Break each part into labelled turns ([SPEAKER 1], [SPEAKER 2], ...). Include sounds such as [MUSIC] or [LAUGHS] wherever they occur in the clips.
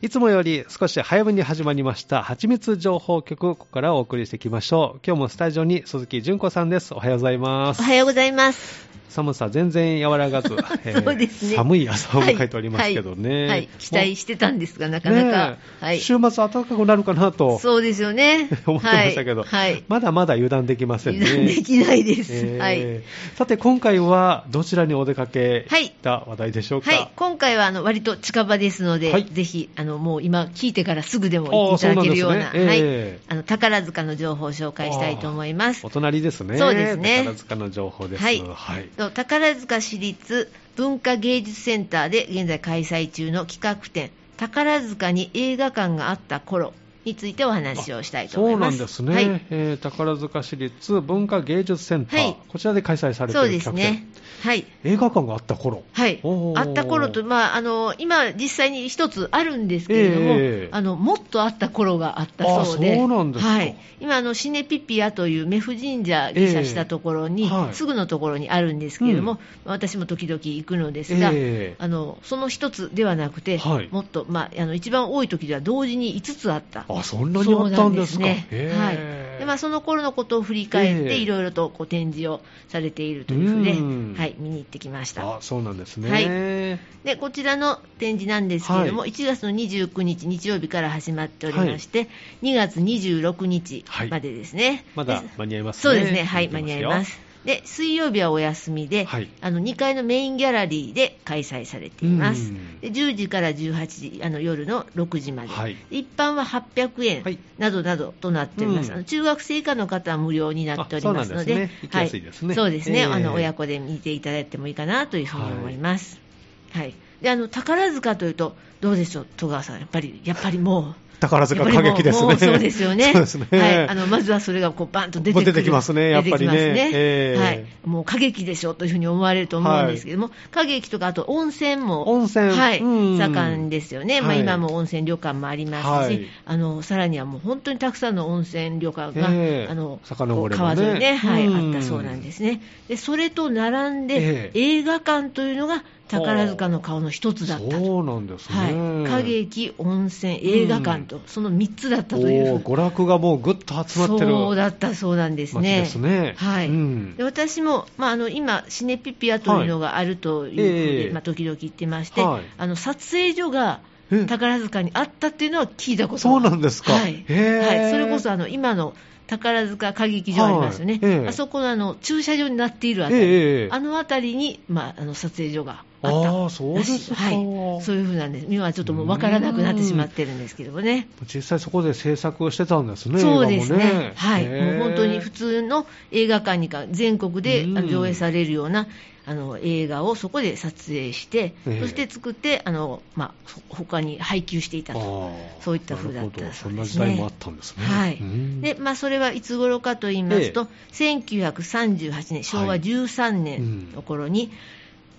[SPEAKER 1] いつもより少し早めに始まりました、はちみつ情報局、ここからお送りしていきましょう。今日もスタジオに鈴木純子さんです。おはようございま
[SPEAKER 2] お
[SPEAKER 1] す。
[SPEAKER 2] はようございます。
[SPEAKER 1] 寒さ全然和らがず、
[SPEAKER 2] [LAUGHS] そうですね
[SPEAKER 1] 寒い朝を迎えておりますけどね。
[SPEAKER 2] はいはい期待してたんですが、なか
[SPEAKER 1] ね
[SPEAKER 2] な
[SPEAKER 1] え
[SPEAKER 2] か、はい、
[SPEAKER 1] 週末暖かくなるかなと。
[SPEAKER 2] そうですよね
[SPEAKER 1] [LAUGHS] 思ってましたけど、
[SPEAKER 2] はい、はい
[SPEAKER 1] まだまだ油断できませんね。
[SPEAKER 2] 油断できないです。
[SPEAKER 1] えー
[SPEAKER 2] はい。
[SPEAKER 1] さて今回はどちらにお出かけ
[SPEAKER 2] はい
[SPEAKER 1] した話題でしょうか、
[SPEAKER 2] はい、今回はあの割と近場ですので、
[SPEAKER 1] はい
[SPEAKER 2] ぜひあのもう今、聞いてからすぐでも
[SPEAKER 1] あ
[SPEAKER 2] 行
[SPEAKER 1] ー
[SPEAKER 2] っていただけるような、
[SPEAKER 1] そうなんですね
[SPEAKER 2] はい
[SPEAKER 1] ええ
[SPEAKER 2] あの宝塚の情報を紹介したいと思います
[SPEAKER 1] お。隣ですね
[SPEAKER 2] そうですね
[SPEAKER 1] 宝塚の情報です
[SPEAKER 2] はい
[SPEAKER 1] はい
[SPEAKER 2] と宝塚市立文化芸術センターで現在開催中の企画展「宝塚に映画館があった頃」についてお話をしたいと
[SPEAKER 1] そ
[SPEAKER 2] 思
[SPEAKER 1] う
[SPEAKER 2] い
[SPEAKER 1] な
[SPEAKER 2] ま
[SPEAKER 1] ん
[SPEAKER 2] す。
[SPEAKER 1] ですね、
[SPEAKER 2] はい
[SPEAKER 1] えー宝塚市立文化芸術センター、
[SPEAKER 2] はい
[SPEAKER 1] こちらで開催されて
[SPEAKER 2] そう
[SPEAKER 1] い
[SPEAKER 2] で
[SPEAKER 1] る
[SPEAKER 2] す
[SPEAKER 1] 企画展、
[SPEAKER 2] ね。はい。
[SPEAKER 1] 映画館があった頃、
[SPEAKER 2] はい
[SPEAKER 1] お。ー
[SPEAKER 2] あった頃と、まあ、あの、今実際に一つあるんですけれども、
[SPEAKER 1] ええ
[SPEAKER 2] あの、もっとあった頃があったそうで。
[SPEAKER 1] あそうなんですか
[SPEAKER 2] はい。今、あの、シネピピアというメフ神社下車したところに、
[SPEAKER 1] ええはい
[SPEAKER 2] すぐのところにあるんですけれども、私も時々行くのですが、
[SPEAKER 1] えー
[SPEAKER 2] あのその一つではなくて、
[SPEAKER 1] はい
[SPEAKER 2] もっと、まあ、あの一番多い時では同時に5つあった
[SPEAKER 1] あそんなにあったんですか
[SPEAKER 2] そうなんですね
[SPEAKER 1] へー
[SPEAKER 2] はいでまあ、その頃のことを振り返っ
[SPEAKER 1] ええ
[SPEAKER 2] て、いろいろとこう展示をされているというふうで、
[SPEAKER 1] うん
[SPEAKER 2] はい、見に行ってきました
[SPEAKER 1] あそうなんですね、
[SPEAKER 2] はいでこちらの展示なんですけれども、
[SPEAKER 1] は
[SPEAKER 2] 1月の29日日曜日から始まっておりまして、2月26日までですね、
[SPEAKER 1] まだ
[SPEAKER 2] で
[SPEAKER 1] 間に合いますね
[SPEAKER 2] そうですね、はい、間に合いま
[SPEAKER 1] よ
[SPEAKER 2] す。で水曜日はお休みで、
[SPEAKER 1] はい
[SPEAKER 2] あの2階のメインギャラリーで開催されています
[SPEAKER 1] うん。
[SPEAKER 2] で10時から18時あの夜の6時まで、
[SPEAKER 1] はい
[SPEAKER 2] で一般は800円
[SPEAKER 1] はい
[SPEAKER 2] などなどとなっておりま
[SPEAKER 1] う
[SPEAKER 2] す。
[SPEAKER 1] ん
[SPEAKER 2] あの中学生以下の方は無料になっておりますので、
[SPEAKER 1] あそうなんですね行きやすいですね
[SPEAKER 2] はい、そうですね、
[SPEAKER 1] えー
[SPEAKER 2] あの親子で見ていただいてもいいかなというふうに思います。はい。であの宝塚というとどうでしょう戸川さんやっぱりやっぱりもう
[SPEAKER 1] 宝塚歌劇ですね
[SPEAKER 2] やっぱりもうもうそうですよ
[SPEAKER 1] [LAUGHS]
[SPEAKER 2] ね。
[SPEAKER 1] そうですね
[SPEAKER 2] はい。あの、まずはそれがこう、バンと出てくる
[SPEAKER 1] もう出てきますねやっぱりね
[SPEAKER 2] 出てきます
[SPEAKER 1] ええ
[SPEAKER 2] はい。もう歌劇でしょというふうに思われると思うんですけども、歌劇とか、あと温泉も。
[SPEAKER 1] 温泉
[SPEAKER 2] はい。
[SPEAKER 1] うん
[SPEAKER 2] 盛んですよね。ま
[SPEAKER 1] は
[SPEAKER 2] あ、
[SPEAKER 1] い
[SPEAKER 2] 今も温泉旅館もありますし、
[SPEAKER 1] はい
[SPEAKER 2] あの、さらにはもう本当にたくさんの温泉旅館が、
[SPEAKER 1] ええ
[SPEAKER 2] あの、
[SPEAKER 1] 遡れば
[SPEAKER 2] 川
[SPEAKER 1] ね
[SPEAKER 2] 沿いにね、はい、
[SPEAKER 1] うん
[SPEAKER 2] あったそうなんですね。で、それと並ん
[SPEAKER 1] え
[SPEAKER 2] で、
[SPEAKER 1] え
[SPEAKER 2] 映画館というのが宝塚の顔の一つだったと。
[SPEAKER 1] そうなんですね、
[SPEAKER 2] はい、歌劇、温泉、映画館と、その3つだったとい
[SPEAKER 1] お
[SPEAKER 2] う
[SPEAKER 1] ー、娯楽がもうぐっと集まってる
[SPEAKER 2] そうだったそうなんです
[SPEAKER 1] 街
[SPEAKER 2] ね。
[SPEAKER 1] ですね。
[SPEAKER 2] はい
[SPEAKER 1] うん
[SPEAKER 2] で私も、まあ、あの今、シネピピアというのがあるというふうで、
[SPEAKER 1] ええ
[SPEAKER 2] まあ、時々言ってまして、
[SPEAKER 1] はい
[SPEAKER 2] あの撮影所が
[SPEAKER 1] え
[SPEAKER 2] 宝塚にあったっていうのは聞いたこと
[SPEAKER 1] そうなんですか
[SPEAKER 2] はい
[SPEAKER 1] へえ
[SPEAKER 2] はい、それこそあの今の宝塚歌劇場ありますよね、
[SPEAKER 1] はいええ
[SPEAKER 2] あそこのあの駐車場になっているあたり、
[SPEAKER 1] ええええ
[SPEAKER 2] あのあたりに、まあ、あの撮影所があった
[SPEAKER 1] ああ、そうで
[SPEAKER 2] らしい
[SPEAKER 1] すか。
[SPEAKER 2] はい、そういうふうなんです、今はちょっともう分からなくなってしまってるんですけどもね。
[SPEAKER 1] 実際そこで制作をしてたんですね。
[SPEAKER 2] そうです
[SPEAKER 1] 映画も
[SPEAKER 2] ね、はい、
[SPEAKER 1] へ
[SPEAKER 2] も
[SPEAKER 1] え
[SPEAKER 2] う本当に普通の映画館にか、全国で
[SPEAKER 1] うん
[SPEAKER 2] あの上映されるようなあの映画をそこで撮影して、
[SPEAKER 1] ええ
[SPEAKER 2] そして作って、あのまあ、そ他に配給していた
[SPEAKER 1] あ
[SPEAKER 2] と。
[SPEAKER 1] あ
[SPEAKER 2] そういった風だった
[SPEAKER 1] なるほど
[SPEAKER 2] そ
[SPEAKER 1] そ
[SPEAKER 2] うんで
[SPEAKER 1] な
[SPEAKER 2] す
[SPEAKER 1] 時
[SPEAKER 2] ね
[SPEAKER 1] 代もあったんですね。
[SPEAKER 2] はい
[SPEAKER 1] うん
[SPEAKER 2] でまあ、それはいつ頃かと言いますと、1938年、昭和13年の頃に、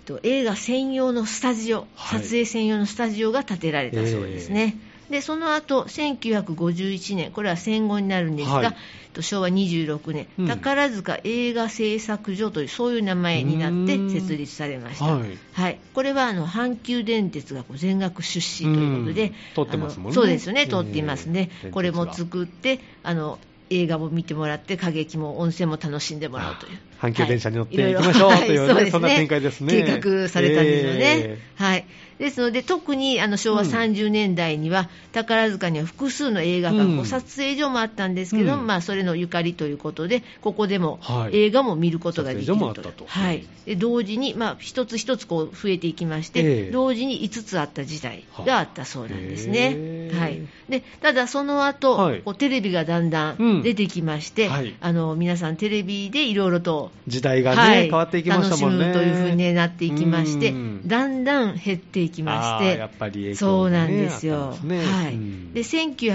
[SPEAKER 2] と映画専用のスタジオ、
[SPEAKER 1] はい
[SPEAKER 2] 撮影専用のスタジオが建てられたそうですね。でその後1951年、これは戦後になるんですが、
[SPEAKER 1] はい
[SPEAKER 2] と昭和26年、
[SPEAKER 1] うん
[SPEAKER 2] 宝塚映画製作所という、そういう名前になって
[SPEAKER 1] うん
[SPEAKER 2] 設立されました。
[SPEAKER 1] はい。
[SPEAKER 2] はい、これはあの阪急電鉄がこう全額出資ということで、
[SPEAKER 1] うん通ってますもんね
[SPEAKER 2] あのそうですよね、通っていますね、
[SPEAKER 1] ええ
[SPEAKER 2] これも作ってあの、映画も見てもらって、歌劇も温泉も楽しんでもらうという。
[SPEAKER 1] あ阪急電車に乗って
[SPEAKER 2] はい
[SPEAKER 1] 行きましょう
[SPEAKER 2] ろろ
[SPEAKER 1] というね
[SPEAKER 2] は
[SPEAKER 1] そんな展開ですね
[SPEAKER 2] 計画されたんですよね。
[SPEAKER 1] え
[SPEAKER 2] はい。ですので、特にあの昭和
[SPEAKER 1] うん
[SPEAKER 2] 30年代には、宝塚には複数の映画館、
[SPEAKER 1] うん
[SPEAKER 2] こう撮影所もあったんですけど、
[SPEAKER 1] うん
[SPEAKER 2] まあ、それのゆかりということで、ここでも
[SPEAKER 1] はい
[SPEAKER 2] 映画も見ることができると。
[SPEAKER 1] 撮影所もあったと
[SPEAKER 2] はい。で同時に、まあ、一つ一つこう増えていきまして、
[SPEAKER 1] ええ
[SPEAKER 2] 同時に5つあった時代があったそうなんです
[SPEAKER 1] はあ
[SPEAKER 2] ね
[SPEAKER 1] へ。え
[SPEAKER 2] はい、でただ、その後、
[SPEAKER 1] はい
[SPEAKER 2] こうテレビがだんだ
[SPEAKER 1] うん
[SPEAKER 2] ん出てきまして、
[SPEAKER 1] はい
[SPEAKER 2] あの皆さん、テレビでいろいろと。
[SPEAKER 1] 時代がね、
[SPEAKER 2] はい
[SPEAKER 1] 変わっていきましたもんね。
[SPEAKER 2] 楽しむというふうにねなっていきまして、
[SPEAKER 1] うん
[SPEAKER 2] だんだん減っていきまし
[SPEAKER 1] あー
[SPEAKER 2] て、
[SPEAKER 1] やっぱり影響
[SPEAKER 2] そう
[SPEAKER 1] が
[SPEAKER 2] な
[SPEAKER 1] ね
[SPEAKER 2] んです
[SPEAKER 1] あ
[SPEAKER 2] よ。
[SPEAKER 1] ったんですね
[SPEAKER 2] はい
[SPEAKER 1] うん
[SPEAKER 2] で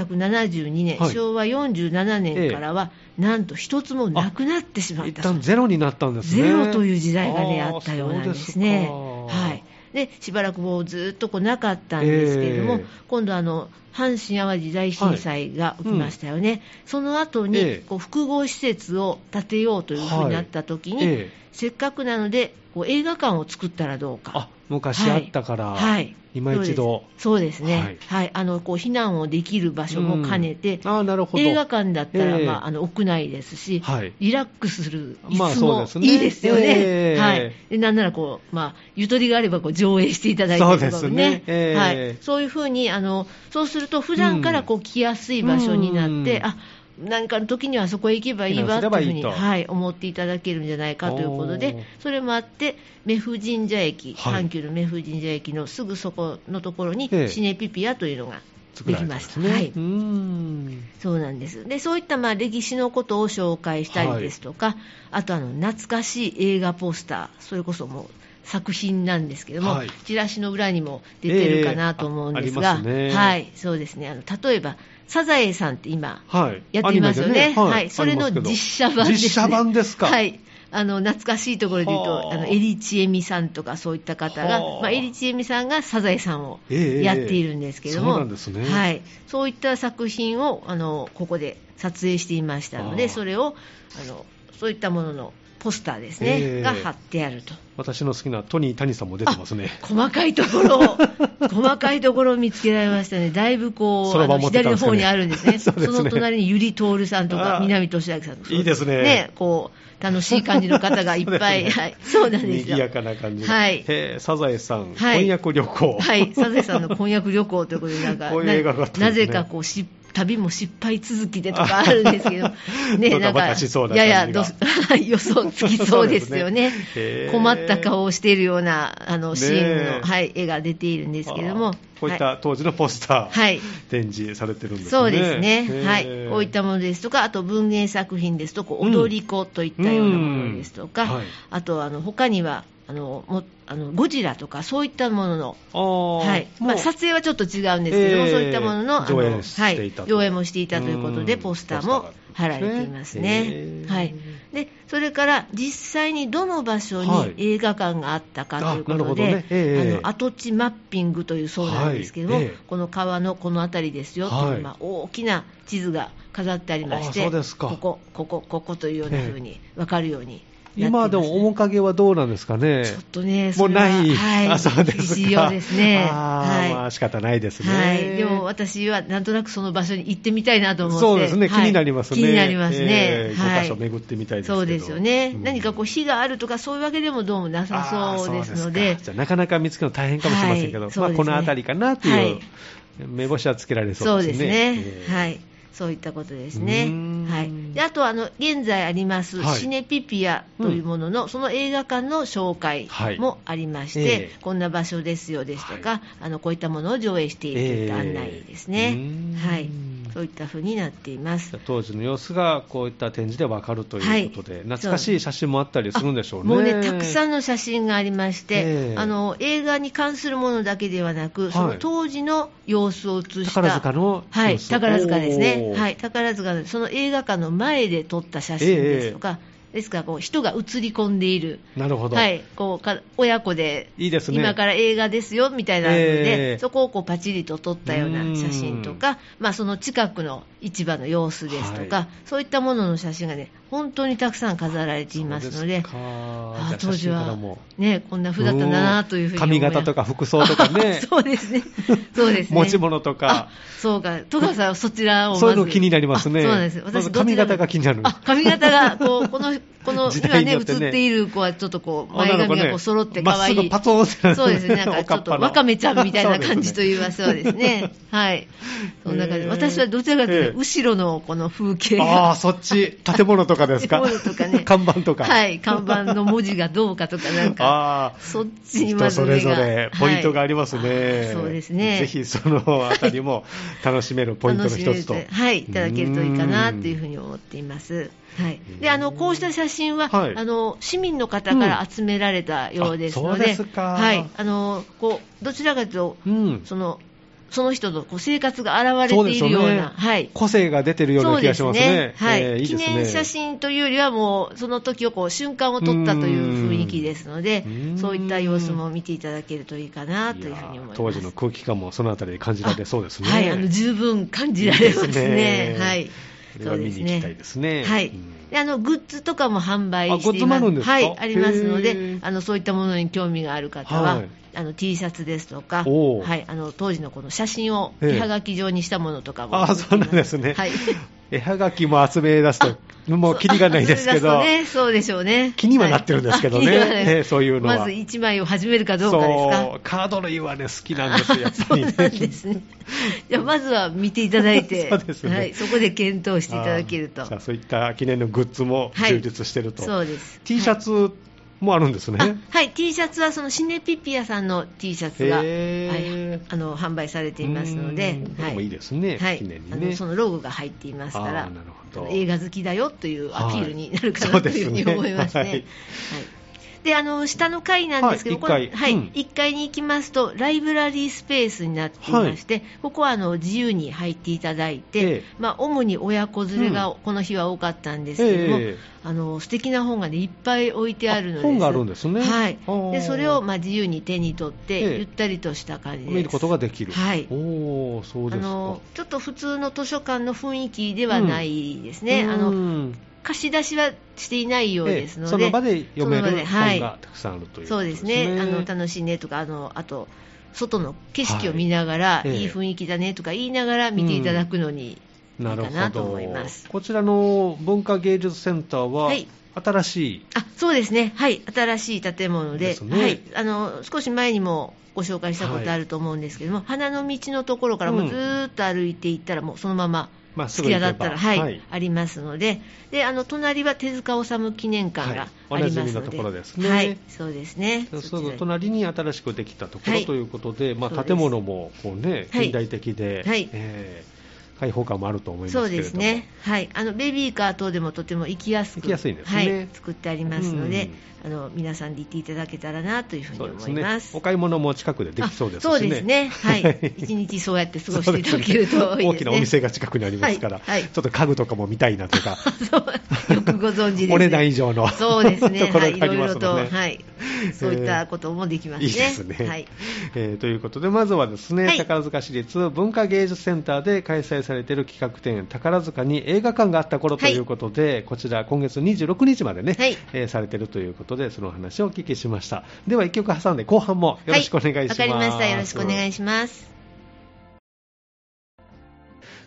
[SPEAKER 2] 1972年、
[SPEAKER 1] はい
[SPEAKER 2] 昭和47年からは、なんと一つもなくなってしまっ
[SPEAKER 1] 一
[SPEAKER 2] たそう
[SPEAKER 1] 旦ゼロになったんですね。
[SPEAKER 2] ゼロという時代が、ね、あったようなんですね。
[SPEAKER 1] あーそうですか
[SPEAKER 2] はいでしばらくもうずっとこうなかったんですけれども、
[SPEAKER 1] ええ
[SPEAKER 2] 今度あの、阪神・淡路大震災が起きましたよね、その後に
[SPEAKER 1] ええ
[SPEAKER 2] こう複合施設を建てようというふうになった時に、
[SPEAKER 1] ええ
[SPEAKER 2] せっかくなのでこう映画館を作ったらどうか。
[SPEAKER 1] あ昔あったから、
[SPEAKER 2] はい、
[SPEAKER 1] 今一度
[SPEAKER 2] そうですね、
[SPEAKER 1] はい
[SPEAKER 2] はいあのこう避難をできる場所も兼ねて、
[SPEAKER 1] ああなるほど
[SPEAKER 2] 映画館だったら、
[SPEAKER 1] ええ
[SPEAKER 2] まあ、あの屋内ですし、
[SPEAKER 1] はい
[SPEAKER 2] リラックスする椅
[SPEAKER 1] まあ
[SPEAKER 2] 子
[SPEAKER 1] そう
[SPEAKER 2] も
[SPEAKER 1] ですね
[SPEAKER 2] いいですよね、
[SPEAKER 1] ええ
[SPEAKER 2] はい、でなんならこう、まあ、ゆとりがあればこう上映していただい
[SPEAKER 1] そう
[SPEAKER 2] て
[SPEAKER 1] で
[SPEAKER 2] とか
[SPEAKER 1] す
[SPEAKER 2] も
[SPEAKER 1] ね
[SPEAKER 2] ね
[SPEAKER 1] ええ
[SPEAKER 2] はい、そういうふうにあの、そうすると、普段からこう来やすい場所になって、
[SPEAKER 1] うん
[SPEAKER 2] あなんかの時にはそこへ行けばいいわっていうふうに
[SPEAKER 1] 避難すればいいと
[SPEAKER 2] はい、思っていただけるんじゃないかということ
[SPEAKER 1] おー
[SPEAKER 2] で、それもあって、目布神社駅、
[SPEAKER 1] はい
[SPEAKER 2] 阪急の目布神社駅のすぐそこのところに、
[SPEAKER 1] ええ
[SPEAKER 2] シネピピアというのが
[SPEAKER 1] 作
[SPEAKER 2] で
[SPEAKER 1] ら
[SPEAKER 2] き
[SPEAKER 1] れたん
[SPEAKER 2] ま
[SPEAKER 1] で
[SPEAKER 2] し
[SPEAKER 1] す
[SPEAKER 2] た。
[SPEAKER 1] ね、
[SPEAKER 2] はいう
[SPEAKER 1] ーん
[SPEAKER 2] そうなんですでそういったまあ歴史のことを紹介したりですとか、あとあの懐かしい映画ポスター、それこそもう作品なんですけども、
[SPEAKER 1] はい
[SPEAKER 2] チラシの裏にも出てるかなと思うんです
[SPEAKER 1] ええああ
[SPEAKER 2] が、
[SPEAKER 1] りますね
[SPEAKER 2] はい、そうですねあの例えば、サザエさんって今、
[SPEAKER 1] はい
[SPEAKER 2] やっていますよね
[SPEAKER 1] アニメで
[SPEAKER 2] はいそれの
[SPEAKER 1] ありますけど
[SPEAKER 2] 実写版ですね
[SPEAKER 1] 実写版ですか
[SPEAKER 2] は、い、あの懐かしいところで言う
[SPEAKER 1] はあ
[SPEAKER 2] と、あのエリチエミさんとかそういった方が、
[SPEAKER 1] はあ
[SPEAKER 2] まあ、エリチエミさんがサザエさんを
[SPEAKER 1] ええ
[SPEAKER 2] やっているんですけど
[SPEAKER 1] そう
[SPEAKER 2] も、
[SPEAKER 1] なんですね
[SPEAKER 2] はい、そういった作品をあのここで撮影していましたの
[SPEAKER 1] はあ
[SPEAKER 2] で、それをあのそういったもののポスターですね、
[SPEAKER 1] ええ
[SPEAKER 2] が貼ってあると。
[SPEAKER 1] 私の好きなトニー・タニさんも出てますね
[SPEAKER 2] 細かいところを、 [LAUGHS] 細かいところを見つけられましたね、だいぶこう、
[SPEAKER 1] そろ
[SPEAKER 2] あ
[SPEAKER 1] ばん
[SPEAKER 2] の
[SPEAKER 1] 持ってたん
[SPEAKER 2] 左の
[SPEAKER 1] ですか
[SPEAKER 2] 方
[SPEAKER 1] ね
[SPEAKER 2] にあるんです
[SPEAKER 1] [LAUGHS]
[SPEAKER 2] ね、
[SPEAKER 1] そうですね
[SPEAKER 2] の隣にゆりとおるさんと
[SPEAKER 1] あ
[SPEAKER 2] か
[SPEAKER 1] ー、
[SPEAKER 2] 南俊明さんとか、
[SPEAKER 1] いいですね
[SPEAKER 2] こう楽しい感じの
[SPEAKER 1] [LAUGHS]
[SPEAKER 2] 方がいっぱい、はい、そうなんですよ。
[SPEAKER 1] 賑やかな感じで、
[SPEAKER 2] はい
[SPEAKER 1] へえサザエさん、
[SPEAKER 2] はい
[SPEAKER 1] 婚約旅行、
[SPEAKER 2] はい、サザエさんの婚約旅行ということで、
[SPEAKER 1] [LAUGHS]
[SPEAKER 2] なんか、
[SPEAKER 1] こういう映画があったんですね、
[SPEAKER 2] ななぜかこうし旅も失敗続きでとかあるんですけど
[SPEAKER 1] [LAUGHS]
[SPEAKER 2] ね、
[SPEAKER 1] ドタ
[SPEAKER 2] なん
[SPEAKER 1] バ
[SPEAKER 2] か
[SPEAKER 1] タしそうな、感
[SPEAKER 2] や
[SPEAKER 1] じが
[SPEAKER 2] やどす [LAUGHS] 予想つきそうですよね
[SPEAKER 1] そうですねへー
[SPEAKER 2] 困った顔をしているようなあのシーンの、
[SPEAKER 1] ねえ
[SPEAKER 2] はい、絵が出ているんですけど
[SPEAKER 1] [LAUGHS] あ
[SPEAKER 2] も
[SPEAKER 1] ー。こういった当時のポスター、
[SPEAKER 2] はい
[SPEAKER 1] 展示されてるんですね
[SPEAKER 2] そうですね、はい、こういった
[SPEAKER 1] も
[SPEAKER 2] ものですとか、あと文芸作品ですとか、
[SPEAKER 1] うん
[SPEAKER 2] 踊り子といったようなものですとか、
[SPEAKER 1] うんはい
[SPEAKER 2] あとあの他にはあのもあのゴジラとか、そういったものの、
[SPEAKER 1] の
[SPEAKER 2] はいまあ、撮影はちょっと違うんですけども、
[SPEAKER 1] ええ
[SPEAKER 2] そういったもののあの
[SPEAKER 1] 上演していた
[SPEAKER 2] は
[SPEAKER 1] と
[SPEAKER 2] い、上映もしていたということで、
[SPEAKER 1] うん
[SPEAKER 2] ポスター
[SPEAKER 1] ポ
[SPEAKER 2] も
[SPEAKER 1] スター
[SPEAKER 2] 貼
[SPEAKER 1] があ
[SPEAKER 2] ら
[SPEAKER 1] るんですね
[SPEAKER 2] れています
[SPEAKER 1] へ
[SPEAKER 2] ね
[SPEAKER 1] え。
[SPEAKER 2] はいでそれから実際にどの場所
[SPEAKER 1] はい
[SPEAKER 2] に映画館があったかというこ
[SPEAKER 1] あなるほ
[SPEAKER 2] と
[SPEAKER 1] ど
[SPEAKER 2] で、
[SPEAKER 1] ねええ
[SPEAKER 2] あの跡地マッピングというそうなんですけども、
[SPEAKER 1] はいええ
[SPEAKER 2] この川のこの辺りですよという、
[SPEAKER 1] はい
[SPEAKER 2] まあ、大きな地図が飾ってありまし
[SPEAKER 1] あ
[SPEAKER 2] て、
[SPEAKER 1] そうですか
[SPEAKER 2] ここ、ここ、ここというようなふうに分かるようになってい
[SPEAKER 1] 今
[SPEAKER 2] ますね、
[SPEAKER 1] でも面影はどうなんですかね
[SPEAKER 2] ちょっとね、
[SPEAKER 1] も
[SPEAKER 2] そうれは
[SPEAKER 1] ない、
[SPEAKER 2] はい、
[SPEAKER 1] あそうですか
[SPEAKER 2] 厳しいようですね。
[SPEAKER 1] あー
[SPEAKER 2] はい
[SPEAKER 1] まあ仕方ないですね、
[SPEAKER 2] はい、でも私はなんとなくその場所に行ってみたいなと思って、
[SPEAKER 1] そうですね、
[SPEAKER 2] はい
[SPEAKER 1] 気になりますね
[SPEAKER 2] 気になりますね、
[SPEAKER 1] えー
[SPEAKER 2] は
[SPEAKER 1] 5箇所
[SPEAKER 2] い、
[SPEAKER 1] 巡ってみたいですけど
[SPEAKER 2] そうですよね、
[SPEAKER 1] うん
[SPEAKER 2] 何かこう、火があるとか、そういうわけでもどうもなさそうです
[SPEAKER 1] あー
[SPEAKER 2] の
[SPEAKER 1] そう
[SPEAKER 2] で
[SPEAKER 1] か、じゃあなかなか見つけるの大変かもしれませんけど、
[SPEAKER 2] はい
[SPEAKER 1] ま
[SPEAKER 2] そう
[SPEAKER 1] あ、
[SPEAKER 2] ですね
[SPEAKER 1] この辺りかなという、
[SPEAKER 2] はい
[SPEAKER 1] 目星はつけられそ
[SPEAKER 2] そうう
[SPEAKER 1] で
[SPEAKER 2] ですす
[SPEAKER 1] ね。
[SPEAKER 2] ね、
[SPEAKER 1] えー
[SPEAKER 2] はい、そういったことです
[SPEAKER 1] う
[SPEAKER 2] ね
[SPEAKER 1] ーん、
[SPEAKER 2] はい、であとあの、現在あります、
[SPEAKER 1] はい
[SPEAKER 2] シネピピアというものの、その映画館の紹介もありまして、
[SPEAKER 1] はいええ
[SPEAKER 2] こんな場所ですよですとか、
[SPEAKER 1] は
[SPEAKER 2] あのこういったものを上映しているといった案内ですね、
[SPEAKER 1] ええ
[SPEAKER 2] はい
[SPEAKER 1] うん、
[SPEAKER 2] そういったふうになっています
[SPEAKER 1] じゃ。あ当時の様子がこういった展示でわかるということで、
[SPEAKER 2] はい
[SPEAKER 1] 懐かしい写真もあったりするんでしょうね。
[SPEAKER 2] もうね、たくさ
[SPEAKER 1] ん
[SPEAKER 2] んの写真がありまして、
[SPEAKER 1] ええ
[SPEAKER 2] あの映画に関するものだけではなく、
[SPEAKER 1] はい
[SPEAKER 2] その当時の様子を映した
[SPEAKER 1] 宝塚の
[SPEAKER 2] はい、
[SPEAKER 1] 様子
[SPEAKER 2] 宝塚ですね
[SPEAKER 1] お、ー
[SPEAKER 2] はい、宝塚のその映画館の前で撮った写真ですとか、ですからこう人が映り込んでいる、
[SPEAKER 1] なるほど、、
[SPEAKER 2] はいい、こうか親子で
[SPEAKER 1] いですね。
[SPEAKER 2] 今から映画ですよみたいなので、
[SPEAKER 1] ええ
[SPEAKER 2] そこをこうパチリと撮ったような写真とか、まあ、その近くの市場の様子ですとか、
[SPEAKER 1] はい
[SPEAKER 2] そういったものの写真がね、本当にたくさん飾られていますので
[SPEAKER 1] そうす。かじ
[SPEAKER 2] あ
[SPEAKER 1] ゃ
[SPEAKER 2] あ
[SPEAKER 1] あ
[SPEAKER 2] 当
[SPEAKER 1] 写
[SPEAKER 2] 時
[SPEAKER 1] 真から
[SPEAKER 2] は
[SPEAKER 1] も、
[SPEAKER 2] ね、こんな風だったんだなというふうに思
[SPEAKER 1] 髪
[SPEAKER 2] います
[SPEAKER 1] 型とか服装とかね、
[SPEAKER 2] [LAUGHS] そうですね、そうですね
[SPEAKER 1] 持ち物と
[SPEAKER 2] あ
[SPEAKER 1] か、
[SPEAKER 2] そうか、戸川さんはそちらをまず
[SPEAKER 1] そういうの気になりますね
[SPEAKER 2] あそうなんです、
[SPEAKER 1] まず髪型が気になる
[SPEAKER 2] どちらもあ髪型がこう、この、
[SPEAKER 1] [LAUGHS]
[SPEAKER 2] この
[SPEAKER 1] 時
[SPEAKER 2] 今
[SPEAKER 1] 代に
[SPEAKER 2] ね、
[SPEAKER 1] よ
[SPEAKER 2] 映
[SPEAKER 1] っ
[SPEAKER 2] って
[SPEAKER 1] ね
[SPEAKER 2] ている子はちょっとこう、前髪がこう揃って可愛
[SPEAKER 1] まっす
[SPEAKER 2] い
[SPEAKER 1] ぐパツンってなる
[SPEAKER 2] そうですね、なんかちょっと
[SPEAKER 1] おっぱの
[SPEAKER 2] わかめちゃんみたいな感じ
[SPEAKER 1] そ
[SPEAKER 2] と
[SPEAKER 1] うですね
[SPEAKER 2] いうはそうですね、はい、そんな感
[SPEAKER 1] へ
[SPEAKER 2] じ、
[SPEAKER 1] ー
[SPEAKER 2] 私はどちらかという
[SPEAKER 1] ええ
[SPEAKER 2] と、後ろのこの風景
[SPEAKER 1] あ
[SPEAKER 2] が
[SPEAKER 1] あ、。そっち、建物とかですか
[SPEAKER 2] 建物とかね
[SPEAKER 1] 看板とか。
[SPEAKER 2] はい、看板の文字がどうかとか、なんか、
[SPEAKER 1] ああ。
[SPEAKER 2] そっちにま
[SPEAKER 1] 人
[SPEAKER 2] ず
[SPEAKER 1] そ
[SPEAKER 2] 目が
[SPEAKER 1] れぞれポイントがありますね、
[SPEAKER 2] はいそうですね
[SPEAKER 1] ぜひそのあたりも楽しめるポイントの一つと
[SPEAKER 2] [LAUGHS] 楽しめるとはい、いただけるといいかなというふうに思っています。はい、であのこうした写真は、
[SPEAKER 1] はい
[SPEAKER 2] あの市民の方から集められたようですの
[SPEAKER 1] うんあそうで
[SPEAKER 2] で、
[SPEAKER 1] すか
[SPEAKER 2] はい、あのこうどちらかというと、
[SPEAKER 1] うん
[SPEAKER 2] そのその人のこう生活が現れているような、はい。
[SPEAKER 1] 個性が出てるような気がしますね
[SPEAKER 2] そうですはい
[SPEAKER 1] えーいいです
[SPEAKER 2] 記
[SPEAKER 1] ね
[SPEAKER 2] 念写真というよりは、もうその時をこう瞬間を撮ったという雰囲気ですので
[SPEAKER 1] うん、
[SPEAKER 2] そういった様子も見ていただけるといいかなというふうに思い
[SPEAKER 1] や
[SPEAKER 2] ま
[SPEAKER 1] ー
[SPEAKER 2] す。
[SPEAKER 1] 当時の空気感もそのあたりで感じられそうですね
[SPEAKER 2] はい、あの十分感じられます
[SPEAKER 1] いい
[SPEAKER 2] ね。
[SPEAKER 1] ですね
[SPEAKER 2] はい。
[SPEAKER 1] ければ見に行きたいですね。
[SPEAKER 2] そうですねはい
[SPEAKER 1] うん
[SPEAKER 2] であのグッズとかも販売
[SPEAKER 1] あ
[SPEAKER 2] しています
[SPEAKER 1] グッズもあるんですか
[SPEAKER 2] はい、ありますの
[SPEAKER 1] へ
[SPEAKER 2] で
[SPEAKER 1] ー
[SPEAKER 2] あのそういったものに興味がある方は、
[SPEAKER 1] はい
[SPEAKER 2] あの T シャツですとか、
[SPEAKER 1] おー
[SPEAKER 2] はい、あの当時のこの写真を
[SPEAKER 1] ええ
[SPEAKER 2] 絵はがき状にしたものとかも
[SPEAKER 1] あーそうなんですね
[SPEAKER 2] はい、
[SPEAKER 1] 絵はがきも集め出すと、もうキリがないですけど
[SPEAKER 2] [LAUGHS] そう、ね、そうでしょうね
[SPEAKER 1] 気にはなってるんですけどね
[SPEAKER 2] は気にはなります
[SPEAKER 1] ええそういうのは
[SPEAKER 2] まず1枚を始めるかどうかですか
[SPEAKER 1] そう、カード類はね、好きなんですよ、やっぱ
[SPEAKER 2] [LAUGHS] そう
[SPEAKER 1] り
[SPEAKER 2] な
[SPEAKER 1] ね
[SPEAKER 2] ん。ですね。じゃあ、まずは見ていただい
[SPEAKER 1] [LAUGHS]
[SPEAKER 2] て、
[SPEAKER 1] そうですね
[SPEAKER 2] はい、そこで検討していただけると。
[SPEAKER 1] あーじゃあそういった記念のグッズも
[SPEAKER 2] はい
[SPEAKER 1] 充実してると。
[SPEAKER 2] そうです。
[SPEAKER 1] T シャツもあるんですね。
[SPEAKER 2] はい、あはい、T シャツはそのシネピピアさんの T シャツが、
[SPEAKER 1] へー
[SPEAKER 2] はい、あの販売されていますの
[SPEAKER 1] う
[SPEAKER 2] で
[SPEAKER 1] ん、こ
[SPEAKER 2] は
[SPEAKER 1] れもいいですね、
[SPEAKER 2] はい
[SPEAKER 1] 記念
[SPEAKER 2] あ
[SPEAKER 1] に
[SPEAKER 2] の
[SPEAKER 1] ね。
[SPEAKER 2] そのロゴが入っていますから、
[SPEAKER 1] あーなるほど
[SPEAKER 2] あの映画好きだよというアピールになるか
[SPEAKER 1] は
[SPEAKER 2] ないというふうに
[SPEAKER 1] そう
[SPEAKER 2] 思
[SPEAKER 1] ですね
[SPEAKER 2] いますね。
[SPEAKER 1] はい
[SPEAKER 2] はいであの下の階なんですけど、
[SPEAKER 1] はい
[SPEAKER 2] これ
[SPEAKER 1] 一階
[SPEAKER 2] はい
[SPEAKER 1] うん
[SPEAKER 2] 1階に行きますと、ライブラリースペースになっていまして、ここはあの自由に入っていただいて、
[SPEAKER 1] ええ
[SPEAKER 2] まあ、主に親子連れがこの日は多かったんですけれども、
[SPEAKER 1] ええ
[SPEAKER 2] あの素敵な本が、ね、いっぱい置いてあるのです。
[SPEAKER 1] 本があるんですね。
[SPEAKER 2] はい
[SPEAKER 1] あ、ー
[SPEAKER 2] でそれをまあ自由に手に取って、
[SPEAKER 1] ええ
[SPEAKER 2] ゆったりとした感じです
[SPEAKER 1] 見ることができる。
[SPEAKER 2] はい
[SPEAKER 1] おお、そう
[SPEAKER 2] あ
[SPEAKER 1] ですか
[SPEAKER 2] の。ちょっと普通の図書館の雰囲気ではないですね、あ
[SPEAKER 1] う
[SPEAKER 2] の
[SPEAKER 1] ん
[SPEAKER 2] 貸し出しはしていないようですので、
[SPEAKER 1] ええその場で読め
[SPEAKER 2] その場
[SPEAKER 1] る
[SPEAKER 2] では
[SPEAKER 1] 本
[SPEAKER 2] い
[SPEAKER 1] がたくさんあるというこ
[SPEAKER 2] そ
[SPEAKER 1] と
[SPEAKER 2] う
[SPEAKER 1] で
[SPEAKER 2] ですす
[SPEAKER 1] ね。
[SPEAKER 2] ね、あの楽しいねとかあの、あと外の景色を見ながら、
[SPEAKER 1] はい
[SPEAKER 2] い
[SPEAKER 1] ええ
[SPEAKER 2] い雰囲気だねとか言いながら見ていただくのに、
[SPEAKER 1] なる
[SPEAKER 2] いいかなと
[SPEAKER 1] ほ
[SPEAKER 2] 思い
[SPEAKER 1] ど
[SPEAKER 2] ます。
[SPEAKER 1] こちらの文化芸術センターは
[SPEAKER 2] はい、
[SPEAKER 1] 新しい
[SPEAKER 2] あそうですね、はい、新しい建物
[SPEAKER 1] で
[SPEAKER 2] で、
[SPEAKER 1] すね
[SPEAKER 2] はい、あの少し前にもご紹介したことあると思うんですけども、花の道のところからもうずーっと歩いていったら、もうそのまま
[SPEAKER 1] まあ、すぐ
[SPEAKER 2] 好き
[SPEAKER 1] 行
[SPEAKER 2] 屋
[SPEAKER 1] けば
[SPEAKER 2] だったら、はい、ありますので、で、あの隣は手塚治虫記念館があ
[SPEAKER 1] はい
[SPEAKER 2] りますの
[SPEAKER 1] おなじ
[SPEAKER 2] で、
[SPEAKER 1] みのところですね
[SPEAKER 2] はい、そうですね。
[SPEAKER 1] すぐ
[SPEAKER 2] そちらに
[SPEAKER 1] 隣に新しくできたとこ
[SPEAKER 2] は
[SPEAKER 1] ろ
[SPEAKER 2] い
[SPEAKER 1] ということで、ま
[SPEAKER 2] そう
[SPEAKER 1] あ、
[SPEAKER 2] です
[SPEAKER 1] 建物もこう、ね、
[SPEAKER 2] はい
[SPEAKER 1] 近代的で、
[SPEAKER 2] はい
[SPEAKER 1] えー開放感もあると思いますけ
[SPEAKER 2] そ
[SPEAKER 1] れ
[SPEAKER 2] う
[SPEAKER 1] ども
[SPEAKER 2] ですね、はい、あのベビーカー等でもとても行きやすく
[SPEAKER 1] 行きやすいですね
[SPEAKER 2] はい、作ってありますので、あの皆さんで行っていただけたらなというふうに
[SPEAKER 1] そう
[SPEAKER 2] 思
[SPEAKER 1] です
[SPEAKER 2] い
[SPEAKER 1] ね
[SPEAKER 2] ます。
[SPEAKER 1] お買い物も近くでできそうですしね
[SPEAKER 2] あそうですね、は
[SPEAKER 1] はいい、 [LAUGHS]
[SPEAKER 2] 一日そうやって過ごしていただけるといいですね。
[SPEAKER 1] 大きなお店が近くにありますから、
[SPEAKER 2] はいはい
[SPEAKER 1] ちょっと家具とかも見たいなとか、
[SPEAKER 2] [LAUGHS] そうよくご存知です、ね。
[SPEAKER 1] お値段以上の
[SPEAKER 2] そうです
[SPEAKER 1] [LAUGHS]
[SPEAKER 2] ね、
[SPEAKER 1] とこ
[SPEAKER 2] は
[SPEAKER 1] ろ
[SPEAKER 2] い、い
[SPEAKER 1] があ
[SPEAKER 2] ろ
[SPEAKER 1] り
[SPEAKER 2] い
[SPEAKER 1] ます
[SPEAKER 2] ろ
[SPEAKER 1] ので、
[SPEAKER 2] と、はい、そういったこともできますね。
[SPEAKER 1] いいですね、
[SPEAKER 2] はい、
[SPEAKER 1] えーということで、まずはですね、
[SPEAKER 2] はい
[SPEAKER 1] 宝塚市立文化芸術センターで開催されている企画展、宝塚に映画館があった頃と
[SPEAKER 2] はい
[SPEAKER 1] いうことで、こちら、今月26日までね、
[SPEAKER 2] はい
[SPEAKER 1] えーされているということで、そのお話をお聞きしました。では、1曲挟んで、後半もよろしくお願いします。
[SPEAKER 2] はいわ、かりました。よろしくお願いします。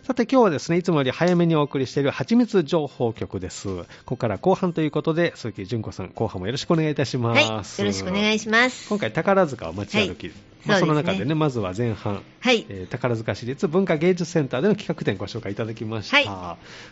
[SPEAKER 1] さて今日はですね、いつもより早めにお送りしている蜂蜜情報局です。ここから後半ということで、鈴木純子さん、後半もよろしくお願いいたしま
[SPEAKER 2] はい、よろ
[SPEAKER 1] す。
[SPEAKER 2] しくお願いします。
[SPEAKER 1] 今回、宝塚を街歩き、まあ、そう
[SPEAKER 2] そですね
[SPEAKER 1] の中でね、まずは前半、
[SPEAKER 2] はい、
[SPEAKER 1] えー宝塚市立文化芸術センターでの企画展ご紹介いただきました、
[SPEAKER 2] はい